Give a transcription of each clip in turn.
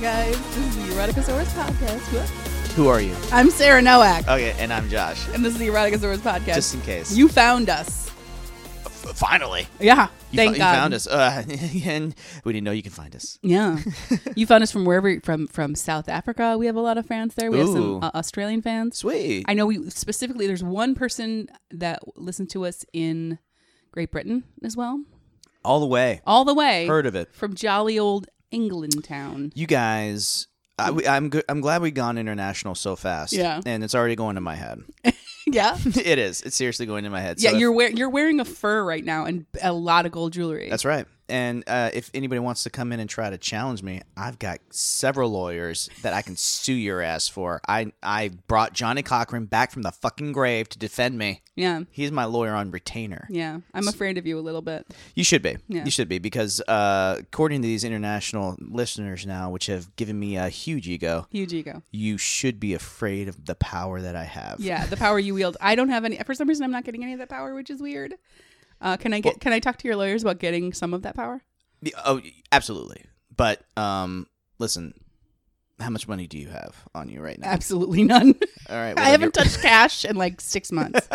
guys. This is the Eroticosaurus Podcast. Whoop. Who are you? I'm Sarah Nowak, Okay, and I'm Josh. and this is the Eroticosaurus Podcast. Uh, Just in case. you found us. F- finally. Yeah. You, thank fo- you God. found us. Uh, and we didn't know you can find us. Yeah. you found us from wherever, from from South Africa. We have a lot of fans there. We have Ooh. some uh, Australian fans. Sweet. I know we specifically, there's one person that listened to us in Great Britain as well, All the way. all the way Heard of it. from jolly old England town. You guys. I, we, I'm good. I'm glad we've gone international so fast. Yeah. and it's already going to my head. Yeah. it is. It's seriously going to my head. Yeah, So if- you're wearing you're wearing a fur right now and a lot of gold jewelry. That's right. And uh, if anybody wants to come in and try to challenge me, I've got several lawyers that I can sue your ass for. I I brought Johnny Cochran back from the fucking grave to defend me. yeah, He's my lawyer on retainer. yeah. I'm afraid of you a little bit. You should be. Yeah. You should be because uh, according to these international listeners now, which have given me a huge ego, Huge ego. you should be afraid of the power that I have. Yeah, the power you wield. I don't have any. For some reason, I'm not getting any of that power, which is weird. Uh, can I get? can I talk to your lawyers about getting some of that power? The- Oh, absolutely. But um, listen, how much money do you have on you right now? Absolutely none. All right. well, I if haven't you're- touched cash in like six months.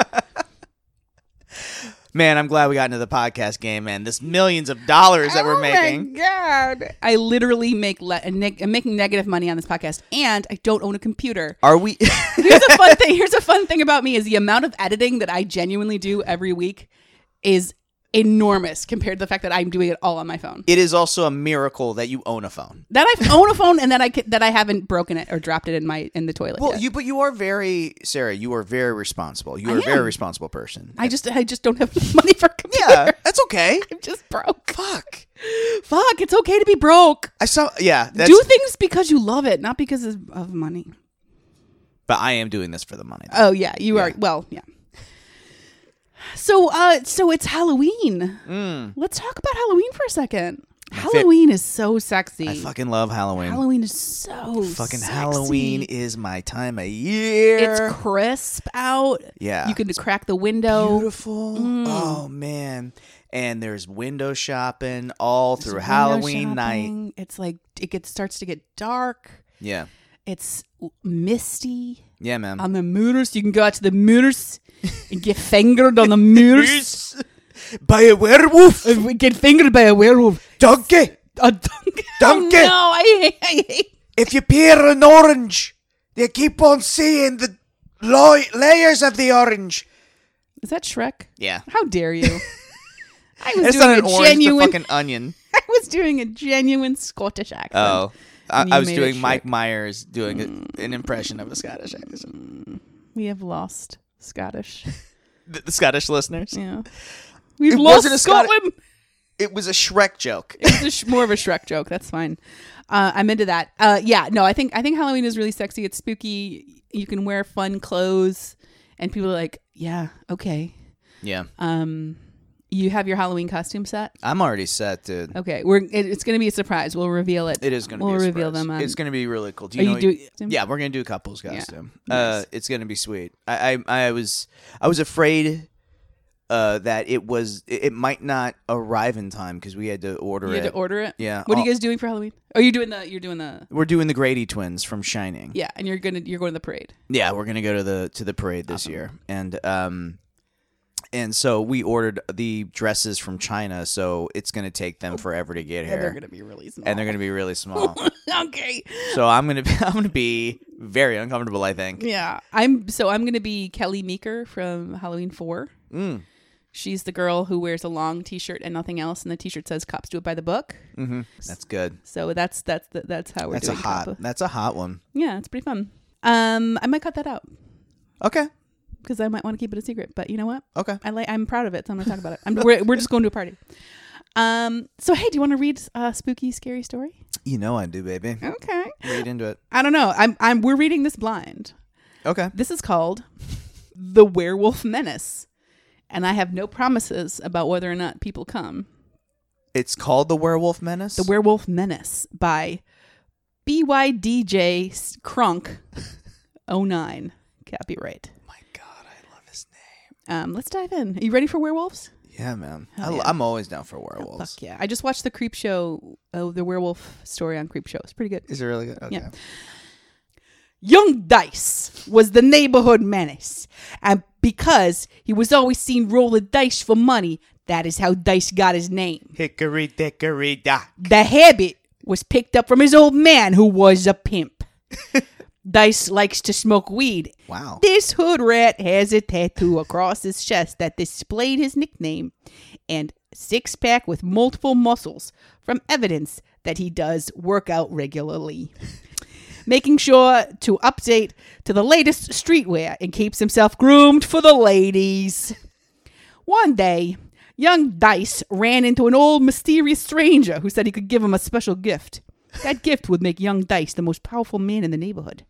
Man, I'm glad we got into the podcast game, man. This millions of dollars that we're Oh my making. God, I literally make le- a neg- I'm making negative money on this podcast, and I don't own a computer. Are we? here's a fun thing. Here's a fun thing about me is the amount of editing that I genuinely do every week is enormous compared to the fact that I'm doing it all on my phone. it is also a miracle that you own a phone. That I own a phone and that I ca- that I haven't broken it or dropped it in my in the toilet. Well, yet. you but you are very Sarah. You are very responsible. You are a very responsible person. I just I just don't have money for a computer. yeah, that's okay. I'm just broke. Fuck. Fuck, it's okay to be broke. I saw. Yeah, that's, do things because you love it, not because of, of money. but I am doing this for the money. though. Oh yeah, you are. Well, yeah. So, uh, so it's Halloween. Mm. Let's talk about Halloween for a second. Halloween is so sexy. I fucking love Halloween. Halloween is so fucking sexy. Halloween is my time of year. It's crisp out. Yeah. you can crack the window. beautiful. Mm. Oh man, and there's window shopping all through window Halloween night. shopping. It's like it gets starts to get dark. Yeah, It's misty yeah, man. on the mooters. You can go out to the mooters and get fingered on the mooters. Yes. By a werewolf, Uh, we get fingered by a werewolf. donkey. A donkey. Donkey. Oh, no, I hate, I hate. If you peer an orange, you keep on seeing the lo- layers of the orange. Is that Shrek? Yeah, How dare you? I was it's doing not an a orange. genuine. The fucking onion. I was doing a genuine Scottish accent. Oh, I, And you I was made Mm. doing a Mike Myers doing a, an impression of a Scottish accent. we have lost Scottish. The, the Scottish listeners. Yeah, we've It lost wasn't a Scot- Scotland. It was a Shrek joke. it's a sh- more of a Shrek joke. That's fine. Uh, I'm into that. Uh, yeah, no, I think I think Halloween is really sexy. It's spooky. You can wear fun clothes, and people are like, "Yeah, okay." Yeah, Um, you have your Halloween costume set. I'm already set, dude. Okay, we're it, it's going to be a surprise. We'll reveal it. It is going to we'll be a reveal surprise. them. um, on- It's going to be really cool. Do Are you you know? doing- yeah, we're going to do a couples costume. Uh, it's going to be sweet. I, I I was I was afraid uh, that it was it, it might not arrive in time because we had to order you it. had to order it. Yeah, What I'll- are you guys doing for Halloween? Oh, you're doing the you're doing the we're doing the Grady twins from Shining. yeah, and you're gonna you're going to the parade. Yeah, we're gonna go to the to the parade this year, and um, and so we ordered the dresses from China, so it's gonna take them forever to Oh. get And here, they're gonna be released. and they're gonna be really small. okay. so I'm gonna be, I'm gonna be very uncomfortable. I think. Yeah, I'm so I'm gonna be Kelly Meeker from Halloween Four. Mm. She's the girl who wears a long T-shirt and nothing else, and the T-shirt says "Cops do it by the book." hmm That's good. So that's that's the, that's how we're That's a doing. hot. Kappa. That's a hot one. Yeah, it's pretty fun. Um, I might cut that out Okay. because I might want to keep it a secret. But you know what? Okay. I like. I'm proud of it, so I'm gonna talk about it. I'm, we're we're just going to a party. Um. So hey, do you want to read a spooky, scary story? You know I do, baby. Okay. Read into it. I don't know. I'm I'm we're reading this blind. Okay. This is called The Werewolf Menace. And I have no promises about whether or not people come. It's called the Werewolf Menace. The Werewolf Menace by BYDJ S- Crunk 09. Copyright. Oh my God, I love his name. Um, let's dive in. Are you ready for werewolves? Yeah, man. Hell I, yeah. Oh, am always down for werewolves. Fuck yeah! I just watched the Creep Show. Oh, the werewolf story on Creep Show. It's pretty good. Is it really good? Okay. Yeah. Young Dice was the neighborhood menace, and because he was always seen rolling dice for money, that is how Dice got his name. Hickory dickory dock. The habit was picked up from his old man, who was a pimp. Dice likes to smoke weed. Wow. This hood rat has a tattoo across his chest that displayed his nickname and six pack with multiple muscles from evidence that he does work out regularly. Making sure to update to the latest streetwear and keeps himself groomed for the ladies. One day, young Dice ran into an old mysterious stranger who said he could give him a special gift. That gift would make young Dice the most powerful man in the neighborhood.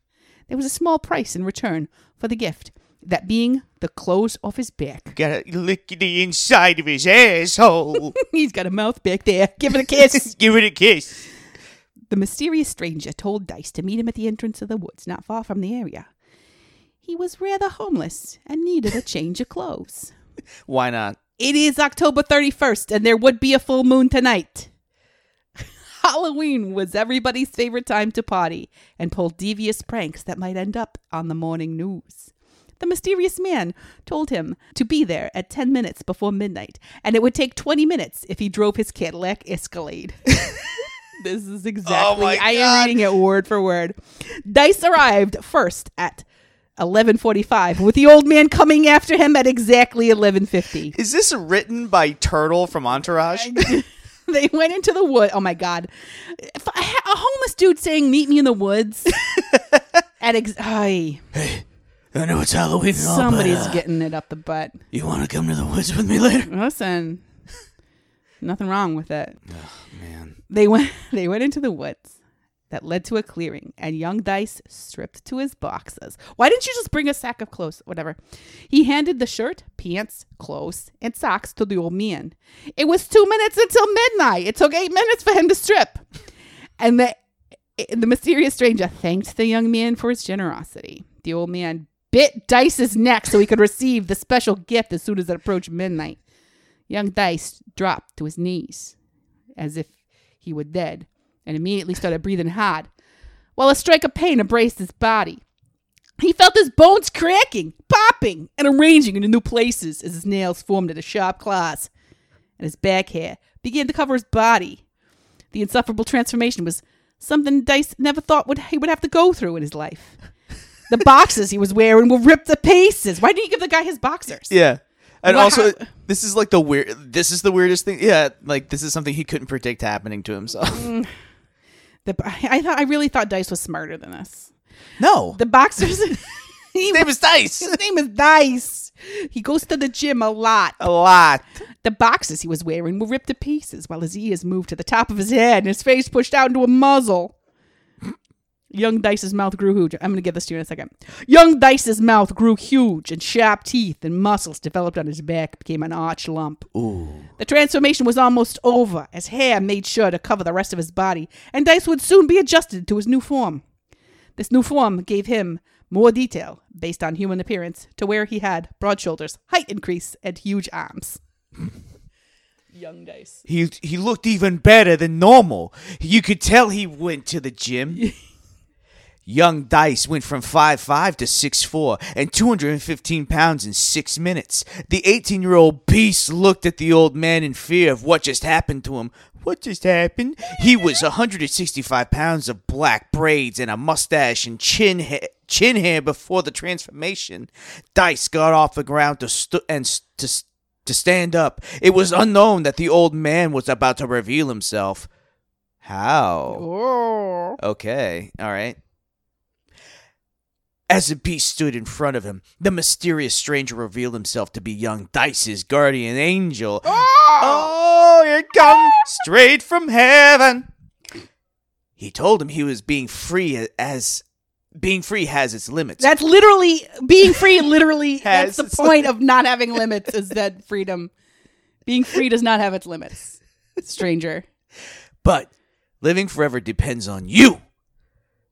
There was a small price in return for the gift, that being the clothes off his back. Gotta lick the inside of his asshole. He's got a mouth back there. Give it a kiss. Give it a kiss. The mysterious stranger told Dice to meet him at the entrance of the woods, not far from the area. He was rather homeless and needed a change of clothes. Why not? It is October 31st, and there would be a full moon tonight. Halloween was everybody's favorite time to party and pull devious pranks that might end up on the morning news. The mysterious man told him to be there at 10 minutes before midnight, and it would take 20 minutes if he drove his Cadillac Escalade. this is exactly Oh my I am God. reading it word for word. Dice arrived first at 11:45 with the old man coming after him at exactly 11:50. Is this written by Turtle from Entourage? they went into the wood. Oh my god, If I ha- a homeless dude saying "Meet me in the woods." At ex- ay, I know it's Halloween. and all, but, somebody's uh, getting it up the butt. you want to come to the woods with me later? Listen, nothing wrong with it. Man. They went. They went into the woods that led to a clearing, and young Dice stripped to his boxes. Why didn't you just bring a sack of clothes? Whatever. He handed the shirt, pants, clothes, and socks to the old man. It was two minutes until midnight. It took eight minutes for him to strip, and the the mysterious stranger thanked the young man for his generosity. The old man bit Dice's neck so he could receive the special gift as soon as it approached midnight. Young Dice dropped to his knees as if he were dead and immediately started breathing hard, while a strike of pain embraced his body. He felt his bones cracking, popping, and arranging into new places as his nails formed into sharp claws, and his back hair began to cover his body. The insufferable transformation was something Dice never thought would he would have to go through in his life. The boxers he was wearing were ripped to pieces. Why didn't you give the guy his boxers? Yeah. And What also, hap- this is like the weird. This is the weirdest thing. Yeah, like this is something he couldn't predict happening to himself. The, I thought I really thought Dice was smarter than this. No, The boxers. he his name is Dice. His name is Dice. He goes to the gym a lot. A lot. The boxes he was wearing were ripped to pieces while his ears moved to the top of his head and his face pushed out into a muzzle. Young Dice's mouth grew huge. I'm going to get this to you in a second. Young Dice's mouth grew huge and sharp teeth and muscles developed on his back became an arch lump. Ooh. The transformation was almost over as hair made sure to cover the rest of his body, and Dice would soon be adjusted to his new form. This new form gave him more detail based on human appearance to where he had broad shoulders, height increase, and huge arms. Young Dice. He he looked even better than normal. You could tell he went to the gym. Young Dice went from 5'5 to 6'4 and 215 pounds in six minutes. The 18 year old beast looked at the old man in fear of what just happened to him. What just happened? He was 165 pounds of black braids and a mustache and chin hair. Chin hair before the transformation. Dice got off the ground to stu- and s- to s- to stand up. It was unknown that the old man was about to reveal himself. How? Oh. Okay, all right. As the beast stood in front of him, the mysterious stranger revealed himself to be young Dice's guardian angel. Oh, here it comes straight from heaven. He told him he was being free as being free has its limits. That's literally being free. Literally, Has that's the its point of not having limits. Is that freedom? Being free does not have its limits. Stranger. But living forever depends on you.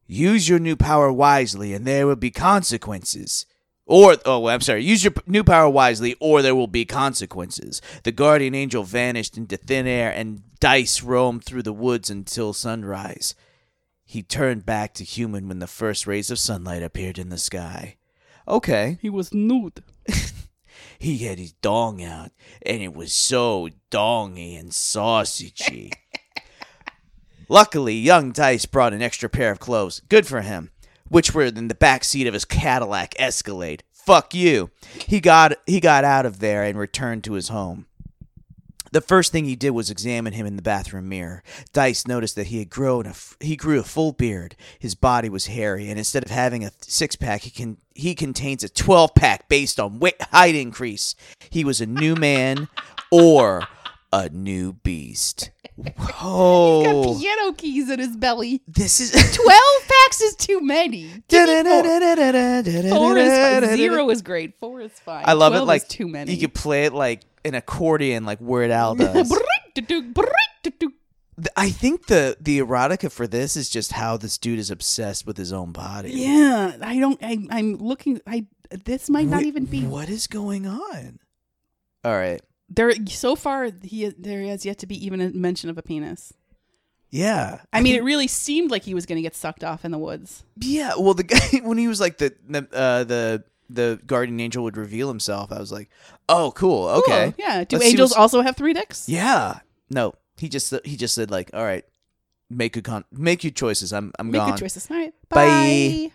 Use your new power wisely, and there will be consequences. Or, oh, I'm sorry, use your p- new power wisely, or there will be consequences. The guardian angel vanished into thin air, and Dice roamed through the woods until sunrise. He turned back to human when the first rays of sunlight appeared in the sky. Okay. He was nude. He had his dong out, and it was so dongy and sausagey. Luckily, young Dice brought an extra pair of clothes, good for him, which were in the back seat of his Cadillac Escalade. Fuck you. He got he got out of there and returned to his home. The first thing he did was examine him in the bathroom mirror. Dice noticed that he had grown a f- he grew a full beard. His body was hairy, and instead of having a six pack, he can he contains a twelve pack based on weight height increase. He was a new man, or a new beast. Got Whoa! piano keys in his belly. This is. 12 packs is too many. Give me four. Four is fine. Zero is great. Four is fine. I love it. 12 Like is too many. You could play it like an accordion, like Weird Al does. Brrrr-tutu, brrrr-tutu. Th- I think the the erotica for this is just how this dude is obsessed with his own body. yeah, I don't. I, I'm looking. I this might not Wh- even be What is going on? All right. there. So far, he there has yet to be even a mention of a penis. Yeah. I mean, it really seemed like he was going to get sucked off in the woods. Yeah. Well, the guy when he was like the the uh, the the guardian angel would reveal himself. I was like, oh, cool. Okay. Cool. Yeah. Do Let's see angels what's- also have three dicks? Yeah. No. He just he just said like, all right, make a con- make your choices. I'm I'm Make gone. good choices. All right. Bye. Bye.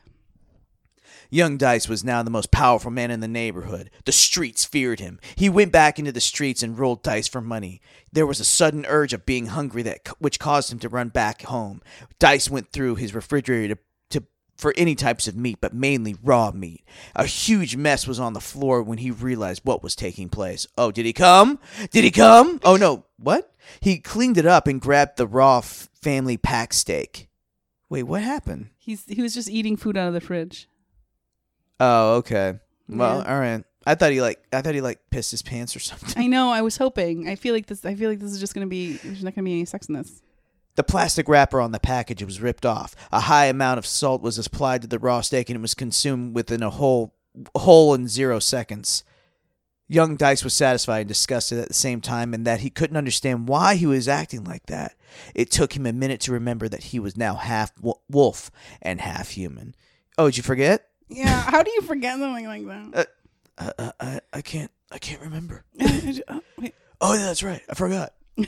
Young Dice was now the most powerful man in the neighborhood. The streets feared him. He went back into the streets and rolled dice for money. There was a sudden urge of being hungry that which caused him to run back home. Dice went through his refrigerator to, to for any types of meat, but mainly raw meat. A huge mess was on the floor when he realized what was taking place. Oh, did he come? Did he come? Oh no, what? He cleaned it up and grabbed the raw f- family pack steak. Wait, what happened? He's he was just eating food out of the fridge. Oh, okay. Well, Yeah. all right. I thought he like I thought he like pissed his pants or something. I know. I was hoping. I feel like this. I feel like this is just going to be. There's not going to be any sex in this. The plastic wrapper on the package was ripped off. A high amount of salt was applied to the raw steak and it was consumed within a whole whole in 0 seconds. Young Dice was satisfied and disgusted at the same time and that he couldn't understand why he was acting like that. It took him a minute to remember that he was now half wo- wolf and half human. Oh, did you forget? Yeah. How do you forget something like that? Uh, uh, I I can't I can't remember. Oh, wait. Oh yeah, that's right. I forgot.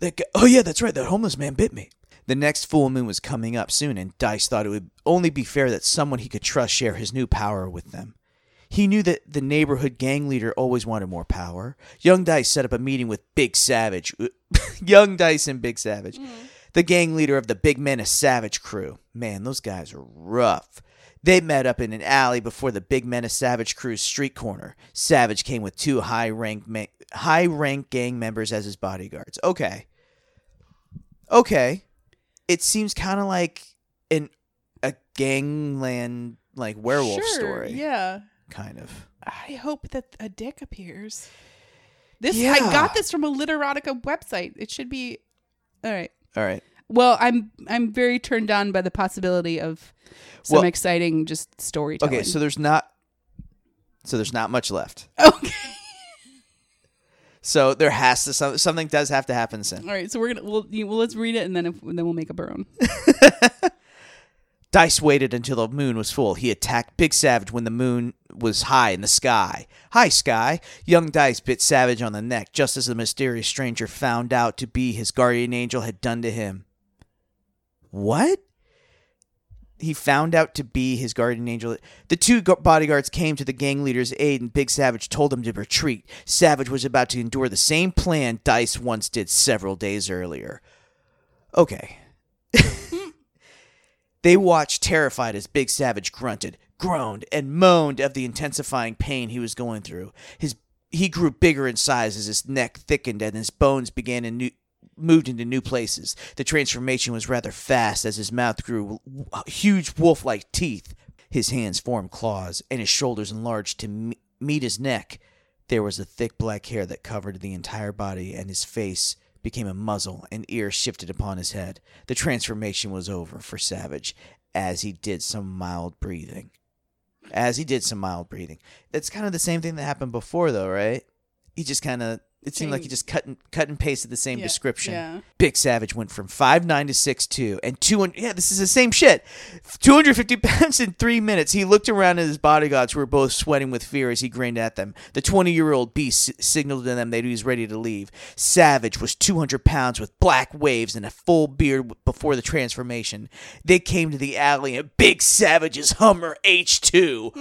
that guy, oh yeah, that's right. That homeless man bit me. The next full moon was coming up soon, and Dice thought it would only be fair that someone he could trust share his new power with them. He knew that the neighborhood gang leader always wanted more power. Young Dice set up a meeting with Big Savage. uh, Young Dice and Big Savage. Mm-hmm. The gang leader of the Big Men of Savage crew. Man, those guys are rough. They met up in an alley before the Big Men of Savage crew's street corner. Savage came with two high rank ma- high rank gang members as his bodyguards. Okay. Okay. It seems kind of like an a gangland like werewolf Sure, story Yeah. kind of. I hope that a dick appears. This I Yeah. got this from a literotica website. It should be all right. All right. Well, I'm I'm very turned on by the possibility of some Well- exciting just storytelling. Okay, so there's not so there's not much left. okay. So there has to some- something does have to happen soon. All right, so we're gonna we'll, you, well let's read it and then if, then we'll make up our own. Dice waited until the moon was full. He attacked Big Savage when the moon was high in the sky. Hi, Sky. Young Dice bit Savage on the neck just as the mysterious stranger found out to be his guardian angel had done to him. What? He found out to be his guardian angel. The two gu- bodyguards came to the gang leader's aid, and Big Savage told them to retreat. Savage was about to endure the same plan Dice once did several days earlier. Okay. They watched terrified as Big Savage grunted, groaned, and moaned of the intensifying pain he was going through. His he grew bigger in size as his neck thickened and his bones began in new moved into new places. The transformation was rather fast as his mouth grew w- huge wolf-like teeth. His hands formed claws and his shoulders enlarged to me- meet his neck. There was a thick black hair that covered the entire body, and his face became a muzzle and ears shifted upon his head. The transformation was over for Savage as he did some mild breathing. as he did some mild breathing. That's kind of the same thing that happened before, though, right? He just kind of it seemed like he just cut and cut and pasted the same Yeah, description. yeah. Big Savage went from five nine to six two, and two hundred. Yeah, this is the same shit. Two hundred fifty pounds in three minutes. He looked around at his bodyguards, who were both sweating with fear as he grinned at them. The twenty-year-old beast s- signaled to them that he was ready to leave. Savage was two hundred pounds with black waves and a full beard w- before the transformation. They came to the alley, and Big Savage's Hummer H two.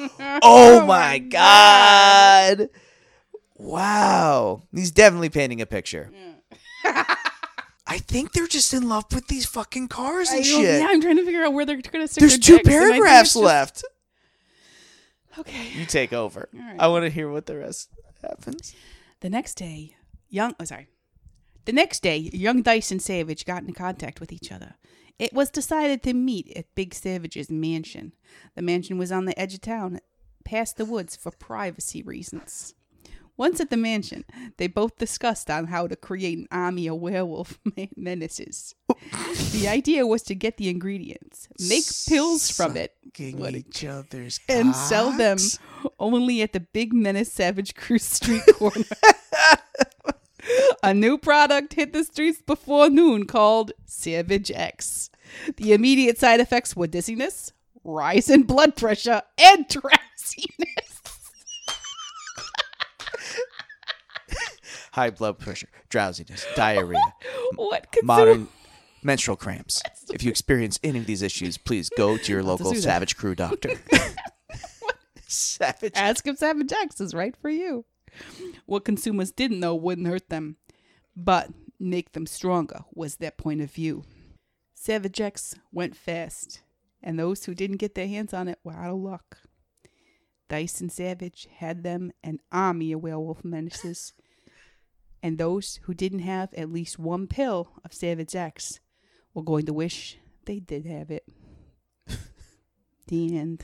oh my god! Wow, he's definitely painting a picture. I think they're just in love with these fucking cars I and don't- shit. Yeah, I'm trying to figure out where they're going to stick There's their two dicks, and I think paragraphs it's just- left. Okay. You take over. right. I want to hear what the rest happens. The next day, young. Oh, sorry. The next day, young Dice and Savage got in contact with each other. It was decided to meet at Big Savage's mansion. The mansion was on the edge of town, past the woods, for privacy reasons. Once at the mansion, they both discussed on how to create an army of werewolf men- menaces. the idea was to get the ingredients, make pills from it, Getting What a- each other's and sell them cocks? only at the Big Menace Savage Cruise Street corner. A new product hit the streets before noon called Savage X. The immediate side effects were dizziness, rise in blood pressure, and drowsiness. High blood pressure, drowsiness, diarrhea, what could modern menstrual cramps. If you experience any of these issues, please go to your local do that. Savage Crew doctor. Savage. Ask if Savage X is right for you. What consumers didn't know wouldn't hurt them, but make them stronger was their point of view. Savage X went fast, and those who didn't get their hands on it were out of luck. Dice and Savage had them an army of werewolf menaces, and those who didn't have at least one pill of Savage X were going to wish they did have it. the end.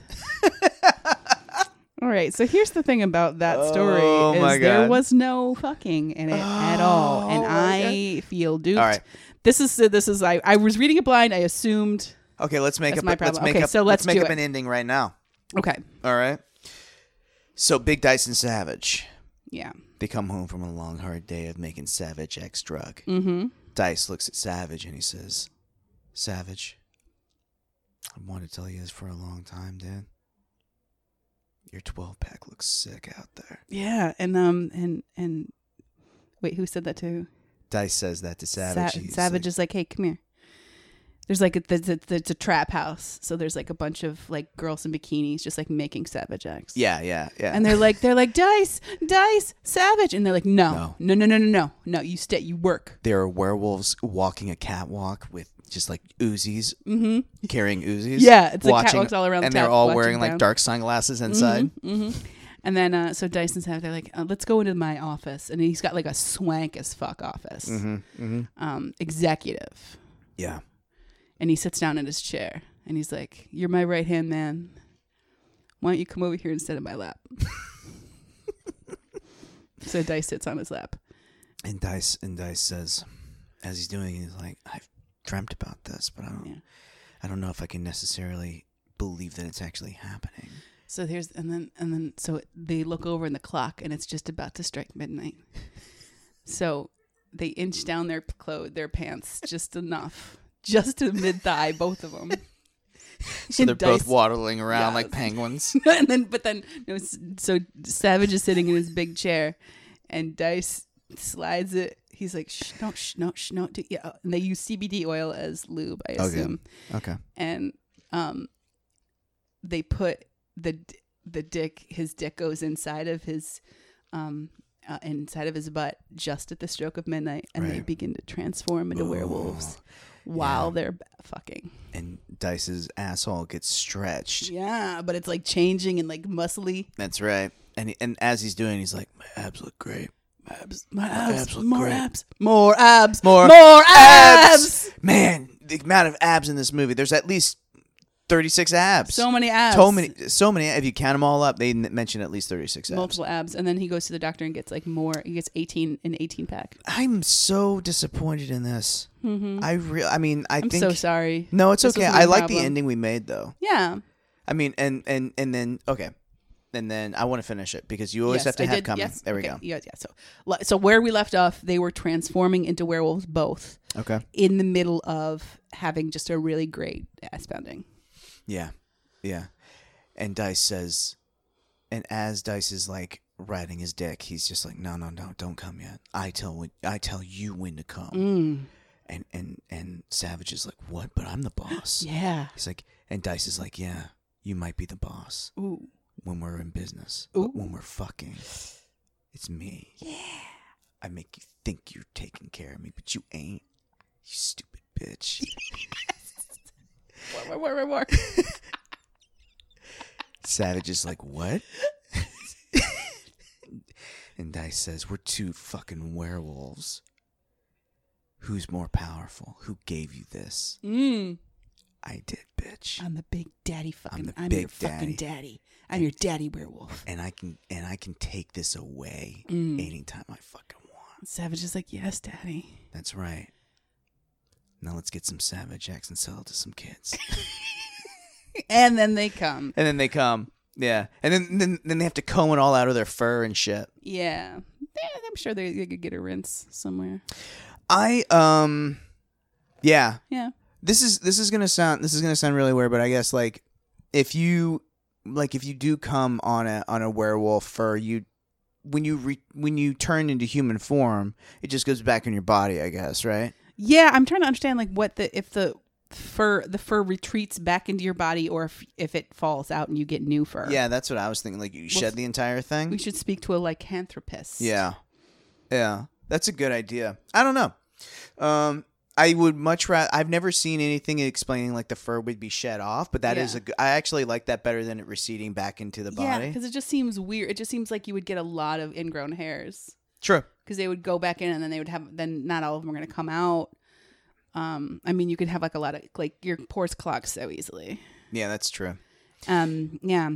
All right, so here's the thing about that story Oh, is my there God. was no fucking in it at all, and Oh, my I feel duped. All right. This is this is I I was reading it blind. I assumed. Okay, let's make That's up. my Let's problem. make Okay, up. so let's make do up it. an ending right now. Okay, All right. So Big Dyson Savage. yeah. They come home from a long, hard day of making Savage X drug. Mm-hmm. Dice looks at Savage and he says, Savage, I've wanted to tell you this for a long time, Dan. Your 12 pack looks sick out there. Yeah, and um and and wait, who said that to? Dice says that to Sa- Savage. He's Savage like, is like, hey, come here. There's like a there's a, there's a trap house, so there's like a bunch of like girls in bikinis just like making Savage X. Yeah, yeah, yeah. And they're like they're like dice, dice, savage, and they're like no, No. no, no, no, no, no, no. You stay, you work. there are werewolves walking a catwalk with just like Uzis, Mm-hmm. carrying Uzis. Yeah, it's like catwalks all around the And town, they're all watching wearing like down. dark sunglasses inside. hmm And then uh, so Dyson said, they're like, uh, let's go into my office, and he's got like a swank as fuck office, Mm-hmm. Um, executive, Yeah. and he sits down in his chair, and he's like, "You're my right hand man. Why don't you come over here instead of my lap?" so Dice sits on his lap. And Dice and Dice says, as he's doing, it, he's like, "I've dreamt about this, but I don't, Yeah. I don't know if I can necessarily believe that it's actually happening." So there's and then and then so they look over in the clock and it's just about to strike midnight. So they inch down their clothes, their pants just enough, just to mid thigh, both of them. So they're both waddling around Yeah. like penguins. and then but then no, s- so Savage is sitting in his big chair, and Dice slides it. He's like, shh, no, shh, no, shh, no. Do, yeah, uh, and they use CBD oil as lube, I Okay. assume okay. and um they put the d- the dick his dick goes inside of his um uh, inside of his butt just at the stroke of midnight and they Right. begin to transform into werewolves while they're b- fucking And Dice's asshole gets stretched. yeah but it's like changing and like muscly That's right. And he, and as he's doing, he's like, "My abs look great. My abs, my abs look more great. abs more abs More more abs Man, the amount of abs in this movie. There's at least thirty six abs. so many abs So many, so many. If you count them all up, they n- mention at least thirty-six abs. multiple abs and then he goes to the doctor and gets like more he gets 18 an 18 pack I'm so disappointed in this. I real. I mean, I Mm-hmm. i'm think so sorry no, it's This was okay. my I like the problem. ending we made though. yeah I mean, and and and then okay, and then I want to finish it because you always Yes, have to I have did. come. Yes. There we Okay. Yeah, yeah. So, li- so where we left off, they were transforming into werewolves both go. Okay. in the middle of having just a really great ass pounding. Yeah. Yeah. And Dice says, and as Dice is like riding his dick, he's just like, no, no, no, don't come yet. I tell when, I tell you when to come. Mm. And and and Savage is like, what? But I'm the boss. Yeah. He's like, and Dice is like, yeah, you might be the boss Ooh. when we're in business, but Ooh. when we're fucking, it's me. Yeah. I make you think you're taking care of me, but you ain't. You stupid bitch. More, more, more, more, more. Savage is like, what? and Dice says, we're two fucking werewolves. Who's more powerful? Who gave you this? Mm. I did, bitch. I'm the big daddy fucking. I'm, the your big fucking daddy. daddy. I'm your daddy werewolf. And I can and I can take this away anytime I fucking want. Savage is like, yes, daddy. That's right. Now let's get some Savage X and sell it to some kids. And then they come. and then they come. Yeah. And then, then then they have to comb it all out of their fur and shit. Yeah. Yeah, I'm sure they, they could get a rinse somewhere. I um yeah, Yeah. this is this is gonna sound this is gonna sound really weird, but I guess like if you like if you do come on a on a werewolf fur, you when you re, when you turn into human form, it just goes back in your body, I guess, right? Yeah, I'm trying to understand like what the if the fur the fur retreats back into your body or if if it falls out and you get new fur. Yeah, that's what I was thinking. Like you shed the entire We thing. should speak to a lycanthropist. Yeah, yeah, that's a good idea. I don't know. Um, I would much rather. I've never seen anything explaining like the fur would be shed off, but that is Yeah. a good. I actually like that better than it receding back into the Yeah, body. because it just seems weird. It just seems like you would get a lot of ingrown hairs True. because they would go back in and then they would have then not all of them are going to come out. Um, I mean, you could have like a lot of like your pores clog so easily. Yeah, that's true. Um, yeah,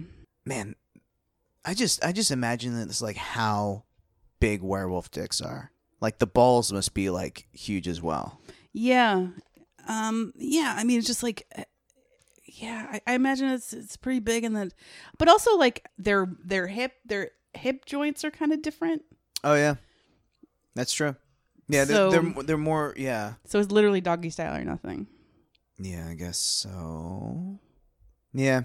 man, I just I just imagine that it's like how big werewolf dicks are. Like the balls must be like huge as well. yeah, um, yeah. I mean, it's just like, uh, yeah. I, I imagine it's it's pretty big and then, but also like their their hip their hip joints are kind of different. Oh yeah, that's true. Yeah, they're So- they're, they're more. Yeah, So it's literally doggy style or nothing. yeah, I guess so. Yeah,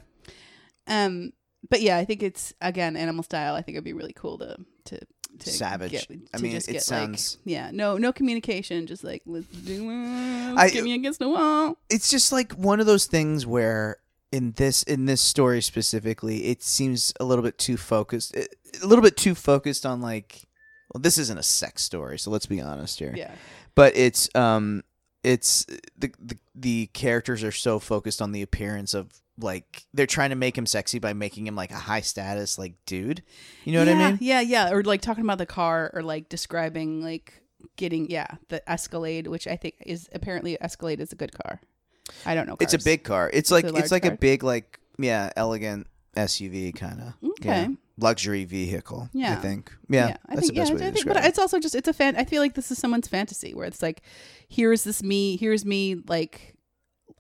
Um, but yeah, I think it's again animal style. I think it'd be really cool to to, to Savage. Get, I mean, it like- sounds- yeah, no, no communication. Just like let's do it. I- get me against the wall. it's just like one of those things where in this in this story specifically, it seems a little bit too focused, eh, a little bit too focused on like. Well, this isn't a sex story, so let's be honest here. Yeah, but it's um it's the, the the characters are so focused on the appearance of like they're trying to make him sexy by making him like a high status like dude you know what Yeah, i mean Yeah, yeah, or like talking about the car, or like describing like getting yeah the Escalade, which I think is apparently Escalade is a good car. I don't know. it's a cars. big car it's a like large it's like a car. big like yeah elegant suv kind of Okay. luxury vehicle i Yeah. think yeah, I that's think, the best yeah, way to I think, describe but it it's also just it's a fan. I feel like this is someone's fantasy where it's like, here's this me, here's me like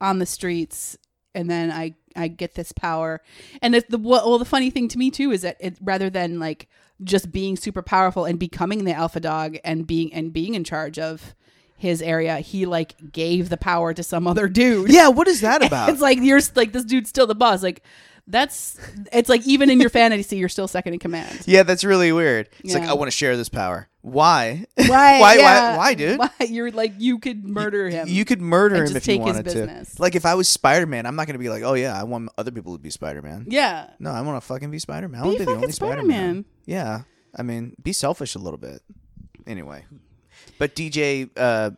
on the streets, and then I I get this power, and it's the what- well the funny thing to me too is that it rather than like just being super powerful and becoming the alpha dog and being and being in charge of his area, he like gave the power to some other dude. yeah what is that about It's like you're like this dude's still the boss. Like that's it's like even in your fantasy, you're still second in command. yeah that's really weird it's like Yeah. i want to share this power why Why? why, yeah. why why dude Why? You're like you could murder him. You could murder and him just if you take his wanted to. business. Like if I was Spider Man, I'm not gonna be like, oh yeah, I want other people to be Spider Man. yeah. No, I want to fucking be Spider Man. I Be want to be the fucking only Spider Spider Man. Man. Yeah, I mean, be selfish a little bit. Anyway, but DJ, uh,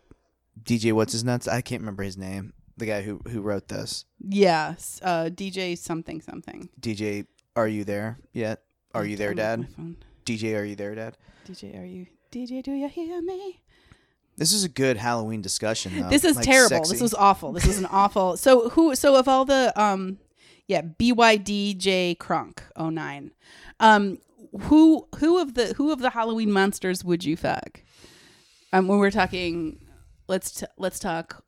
DJ, what's his nuts? I can't remember his name. The guy who who wrote this, Yes. Uh, DJ something something. DJ. Are you there yet? Are you there, I'm on my Dad? phone. DJ, are you there, Dad? DJ, are you? DJ, do you hear me? This is a good Halloween discussion. Though. This is Um, Like, terrible. sexy. This was awful. This was an awful. So who? So of all the um, yeah, BYDJ Crunk 09. Um, who who of the who of the Halloween monsters would you fuck? Um, when we're talking, let's t- let's talk.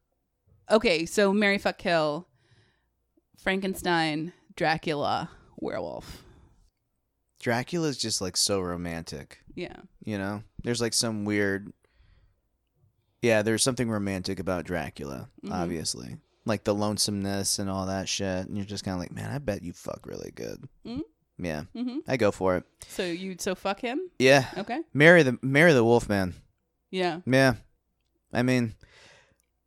Okay, so Mary fuck kill, Frankenstein, Dracula werewolf. Dracula's just like so romantic, Yeah. you know? There's like some weird Yeah, there's something romantic about Dracula, Mhm. obviously. Like the lonesomeness and all that shit. And you're just kinda like, Man, I bet you fuck really good. Mhm. Yeah. hmm I go for it. So you so fuck him. Yeah. Okay. Marry the marry the wolfman. Yeah. Yeah, I mean,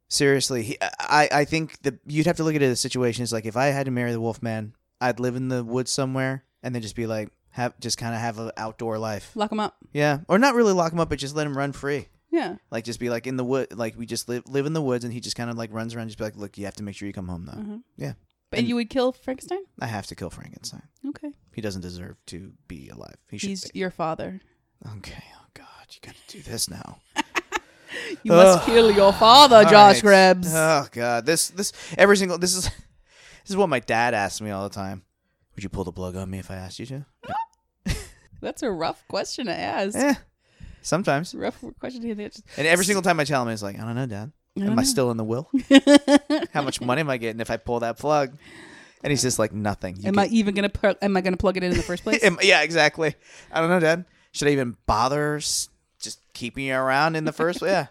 seriously, he, I I think the you'd have to look at it as a situation. It's like if I had to marry the Wolfman, I'd live in the woods somewhere and then just be like have just kind of have an outdoor life. Lock him up. Yeah, or not really lock him up, but just let him run free. Yeah. Like just be like in the wood, like we just live live in the woods, and he just kind of like runs around. Just be like, look, you have to make sure you come home though. Uh-huh. Uh, Yeah. And, you would kill Frankenstein? I have to kill Frankenstein. Okay. He doesn't deserve to be alive. He should. He's be. your father. Okay. Oh God, you gotta do this now. You must Ugh. kill your father, All Josh right. Krebs. Oh god, this this every single this is this is what my dad asks me all the time. Would you pull the plug on me if I asked you to? That's a rough question to ask. Eh, It's sometimes. a rough question to answer. And every single time I tell him, he's like, I don't know, Dad. I Am don't I still in the will? know. How much money am I getting if I pull that plug? And he's just like, nothing. You am I even gonna pl- am I gonna plug it in in the first place? can- Am- yeah, exactly. I don't know, Dad. Should I even bother s- just keeping you around in the first? yeah.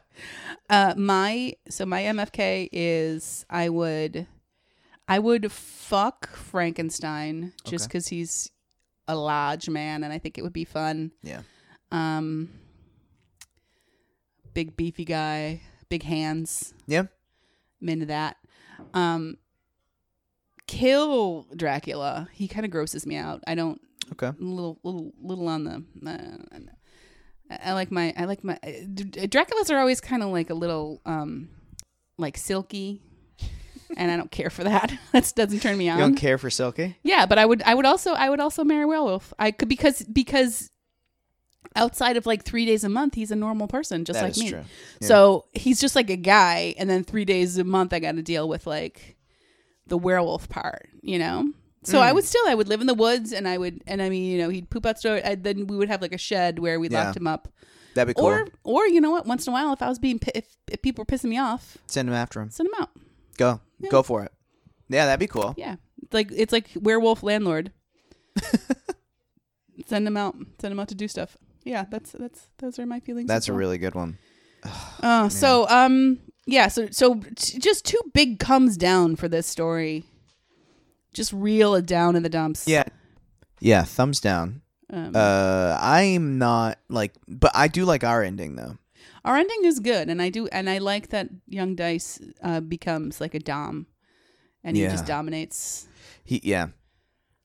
uh, my so my MFK is I would I would fuck Frankenstein just Okay. because he's a large man and I think it would be fun. Yeah. Um, big beefy guy, big hands. Yeah. I'm into that. Um, kill Dracula. He kind of grosses me out. I don't Okay. I'm a little little little on the. Uh, I- I like my I like my uh, D- Draculas are always kind of like a little um like silky, and I don't care for that. that doesn't turn me you don't on. care for Silky? Yeah, but I would I would also I would also marry werewolf. I could because because outside of like three days a month, he's a normal person just That like is me. true. Yeah. So he's just like a guy, and then three days a month, I got to deal with like the werewolf part, you know. So Mm. I would still, I would live in the woods, and I would, and I mean, you know, he'd poop out store. I, then we would have like a shed where we Yeah. locked him up, That'd be cool. or, or you know what? Once in a while, if I was being, pi- if, if people were pissing me off, Send him after him. send him out. Go. Yeah. Go for it. Yeah, that'd be cool. Yeah, it's like it's like werewolf landlord. send him out. Send him out to do stuff. Yeah, that's that's those are my feelings. That's as a well. really good one. Oh, so um, yeah. So so t- just too big comes down for this story. Just reel it down in the dumps. Yeah. Yeah, thumbs down. Um, Uh I'm not like but I do like our ending though. our ending is good, and I do, and I like that young Dice uh, becomes like a dom, and he just Yeah. dominates. He yeah.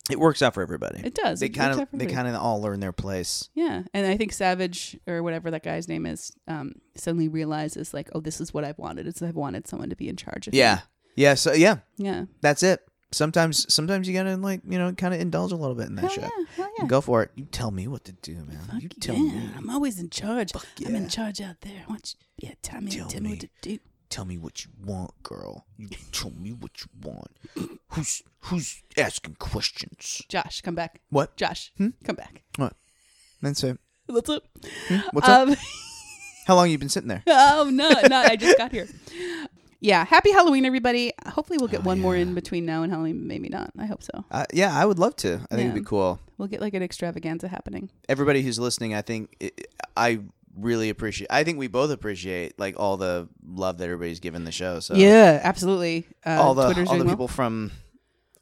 It works out for everybody. It does. they It kind works of out for they everybody. kind of all learn their place. Yeah, and I think Savage or whatever that guy's name is um, suddenly realizes like, oh, this is what I've wanted. It's I've wanted someone to be in charge of. me. Yeah. Yeah, so yeah, yeah, that's it. Sometimes sometimes you got to like, you know, kind of indulge a little bit in that hell shit. Oh, yeah, hell yeah. Go for it. You tell me what to do, man. you Fuck tell yeah. me. I'm always in charge. I'm yeah. in charge out there. I want you, yeah, tell me, Tell tell, me me. what to do. Tell me what you want, girl. You tell me what you want. Who's who's asking questions? Josh, come back. What? Josh, Hmm? come back. That's it. What's up? What's up? um, How long you been sitting there? oh no, no, I just got here. Yeah, happy Halloween, everybody. Hopefully, we'll get Oh, one more in between now and Halloween. Maybe not. I hope so. Uh, yeah, I would love to. I think it'd be Yeah. cool. We'll get like an extravaganza happening. Everybody who's listening, I think it, I really appreciate. I think we both appreciate like all the love that everybody's given the show. So yeah, absolutely. Uh, all the Twitter's all the doing well. people from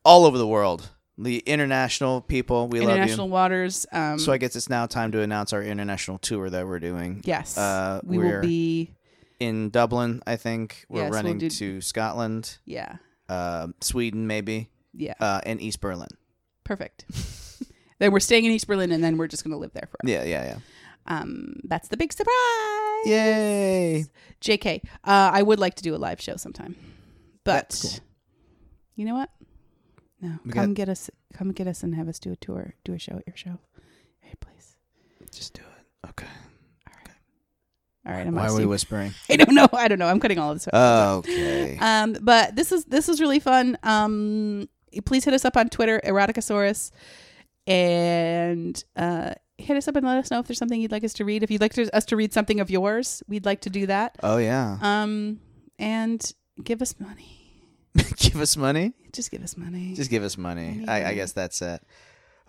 all over the world, the international people, we international love waters. Um, you. So I guess it's now time to announce our international tour that we're doing. yes, uh, we will we're be. in Dublin. I think we're Yes, we'll running do- to Scotland, Yeah, uh, Sweden, maybe, yeah, uh, and East Berlin. perfect. then we're staying in East Berlin, and then we're just gonna live there forever. Yeah, yeah, Um, that's the big surprise. yeah. Yay! JK, uh, I would like to do a live show sometime, but That's cool. you know what? No, We come get us, come get us, and have us do a tour, do a show at your show, hey, please. Just do it. Okay. All right, I'm Why out are of we Uh. steam. whispering? I Uh, don't know. I don't know. I'm cutting all of this. out. Okay. Um, but this is this is really fun. Um, please hit us up on Twitter, Eroticosaurus, and uh, hit us up and let us know if there's something you'd like us to read. If you'd like to, us to read something of yours, we'd like to do that. Oh yeah. Um, and give us money. give us money. Just give us money. Just give us money. I, I Yeah. guess that's it.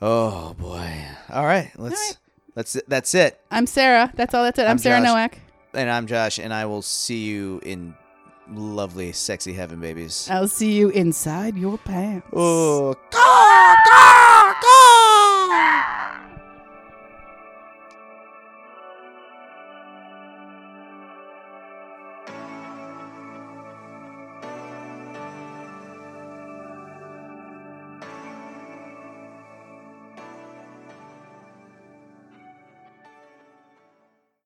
Oh boy. All right. Let's. right. That's it. That's it. I'm Sarah. That's all that's it. I'm, I'm Sarah Josh. Nowak. And I'm Josh, and I will see you in lovely, sexy heaven, babies. Uh, I'll see you inside your pants. Oh, caw, caw, caw.